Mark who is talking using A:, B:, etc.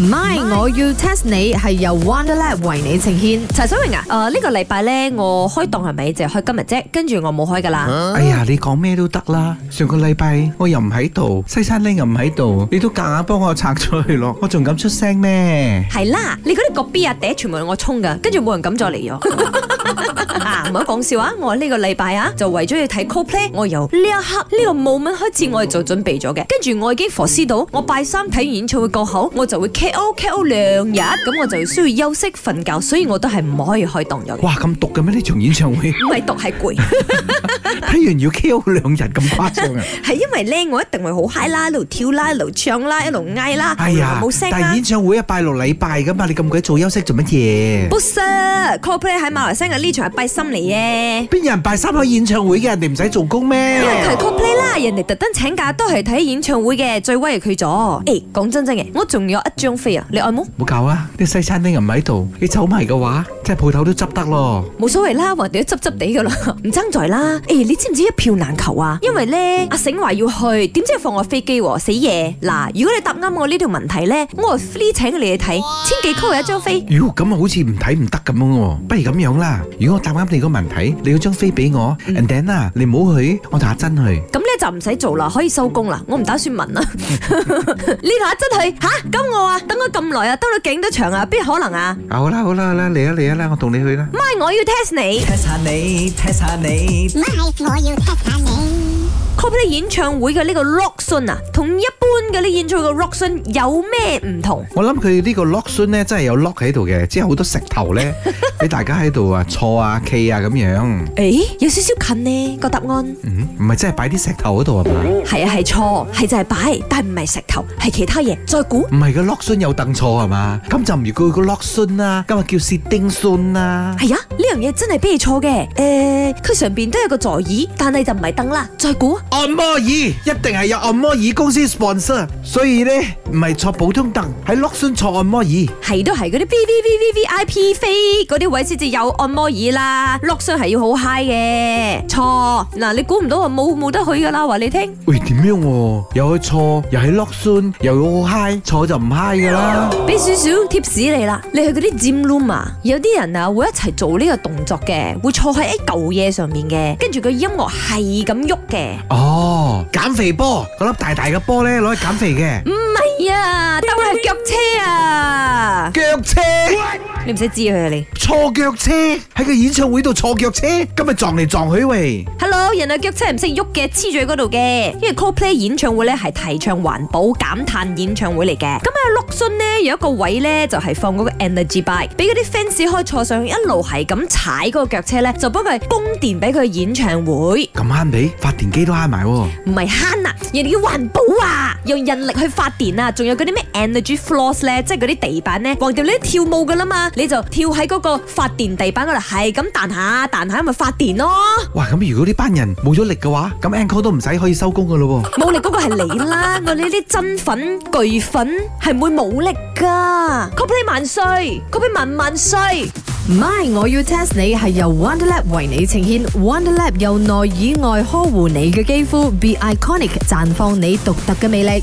A: 唔係，我要 test 你係由 Wonderland 為你呈獻。
B: 陳小榮啊，誒、呢、個禮拜咧，我開檔係咪就係開今日啫？跟住我冇開噶啦。
C: 哎呀，你講咩都得啦。上個禮拜我又唔喺度，西餐廳又唔喺度，你都夾硬幫我拆咗佢咯，我仲敢出聲咩？
B: 係啦，你嗰啲個 B 啊嗲全部係我沖噶，跟住冇人敢再嚟咗。 啊，唔好講笑啊！我呢個禮拜啊，就為咗要睇 Coldplay，我由呢一刻呢、個 moment 開始，我係做準備咗嘅。跟住我已經 foresee 到，我拜三睇完演唱會過後，我就會 KO KO 兩日，咁我就需要休息瞓覺，所以我都係唔可以開檔咗 嘅。
C: 哇，咁毒嘅咩？呢場演唱會
B: 唔係毒係攰。
C: 睇完要 KO 兩日咁誇張啊！
B: 係因為咧，我一定會好嗨啦，一路跳啦，一路唱啦，一路嗌啦，
C: 哎呀，
B: 冇聲
C: 但係
B: 啦
C: 演。唱會啊，拜六禮拜噶嘛，你咁鬼早休息做乜嘢？
B: b o s s 啊 Coldplay 喺馬來西亞呢場係拜心嚟嘅。
C: 邊有人拜三開演唱會嘅？人哋唔使做工咩？
B: 佢 Coldplay 啦，人哋特登請假都係睇演唱會嘅，最威係佢咗。誒，講真真嘅，我仲有一張飛啊，你愛冇？
C: 冇搞啊！啲西餐廳又唔喺度，你走埋嘅話，即係鋪頭都執得咯。
B: 冇所謂啦，人哋都執執地噶啦， 唔爭在啦。誒、你知唔知一票難求啊？因為咧，阿醒話要去，點知放我飛機喎，死嘢！嗱，如果你答啱我呢條問題咧，我係 free 請你哋睇，千幾 c 一張飛。
C: 妖咁啊，好似唔睇唔得咁樣喎。不如咁樣啦，如果我答啱你個問題，你要張飛俾我，and then 啊，你唔好去，我同阿珍去。
B: 咁咧就唔使做啦，可以收工啦。我唔打算問啦。 呢下真係吓，咁我啊，等咗咁耐啊，等到頸都長啊，邊可能啊？
C: 啊好啦好啦好啦，嚟啊嚟啊啦，我同你去啦。
B: 咪我要 test 你
D: test 下你，test 下你
E: My，我要 test 下你。
B: ，Coldplay 演唱會嘅呢個 rock song 啊，同一般嘅呢演唱會嘅 rock song 有咩唔同？
C: 我諗佢呢個 lock 孫咧，真係有 lock 喺度嘅，即係好多石頭 咧，俾大家喺度啊坐啊企啊咁樣。
B: 誒，有少少近呢個答案，
C: 嗯，唔係真係擺啲石頭嗰度係嘛？
B: 係啊係錯，係就係擺，但係唔係石頭，係其他嘢。再估
C: 唔係個 lock 孫有凳坐啊係嘛？咁就唔如叫個 lock 孫啦，今日啊叫薛丁孫啦。
B: 係啊，呢樣嘢真係俾你錯嘅。誒、佢上邊都有個座椅，但係就唔係凳啦。再估。
C: 按摩椅一定係有按摩椅公司 sponsor，所以咧唔係坐普通凳，喺 lock 孫坐按摩椅。
B: 係都係嗰啲 V V V V V I P 飛嗰啲位先至有按摩椅啦，碌箱係要好 high 嘅。錯嗱，你估唔到我冇冇得去噶啦，話你聽。
C: 喂，點樣喎、又去錯，又喺 lock 孫，又要好 high，坐就唔 high 噶啦。
B: 俾少少 tips 你啦，你去嗰啲 gym room 啊，有啲人啊會一齊做呢個動作嘅，會坐喺一嚿嘢上面嘅，跟住個音樂係咁喐嘅。
C: 哦，減肥波，嗰粒大大嘅波咧攞嚟減肥嘅。
B: 唔係啊，兜係腳車啊，
C: 腳車，
B: 你唔使知佢啊你。
C: 坐腳車喺個演唱會度坐腳車，今日撞嚟撞去喂。
B: Hello，人類腳車係唔識喐嘅，黐住喺嗰度嘅。因為 Coldplay 演唱會咧係提倡環保減碳演唱會嚟嘅。咁啊，碌信呢有一個位咧就係、放嗰個 energy bike，俾嗰啲 fans 可以坐上去，一路係咁踩嗰個腳車咧，就幫佢供電俾佢演唱會。
C: 咁慳地，發電機都慳埋喎。
B: 唔係慳啊，人哋要環保啊，用人力去發電啊，仲有嗰啲咩 energy floors 咧，即係嗰啲地板咧，橫掂你都跳舞噶啦嘛，你就跳喺嗰個發電地板嗰度，係咁彈下彈下，咪發電咯。
C: 哇，咁如果呢班人冇咗力嘅話，咁 Anchor 都唔使可以收工噶咯喎。
B: 冇力嗰個係你啦，我哋呢啲真粉巨粉係唔會冇力噶。Copy 萬歲，Copy 萬萬歲。
A: 唔係，我要 test 你係由 Wonderland 為你呈獻。Wonderland 由內以外呵護你嘅肌膚，Be Iconic 綻放你獨特嘅魅力。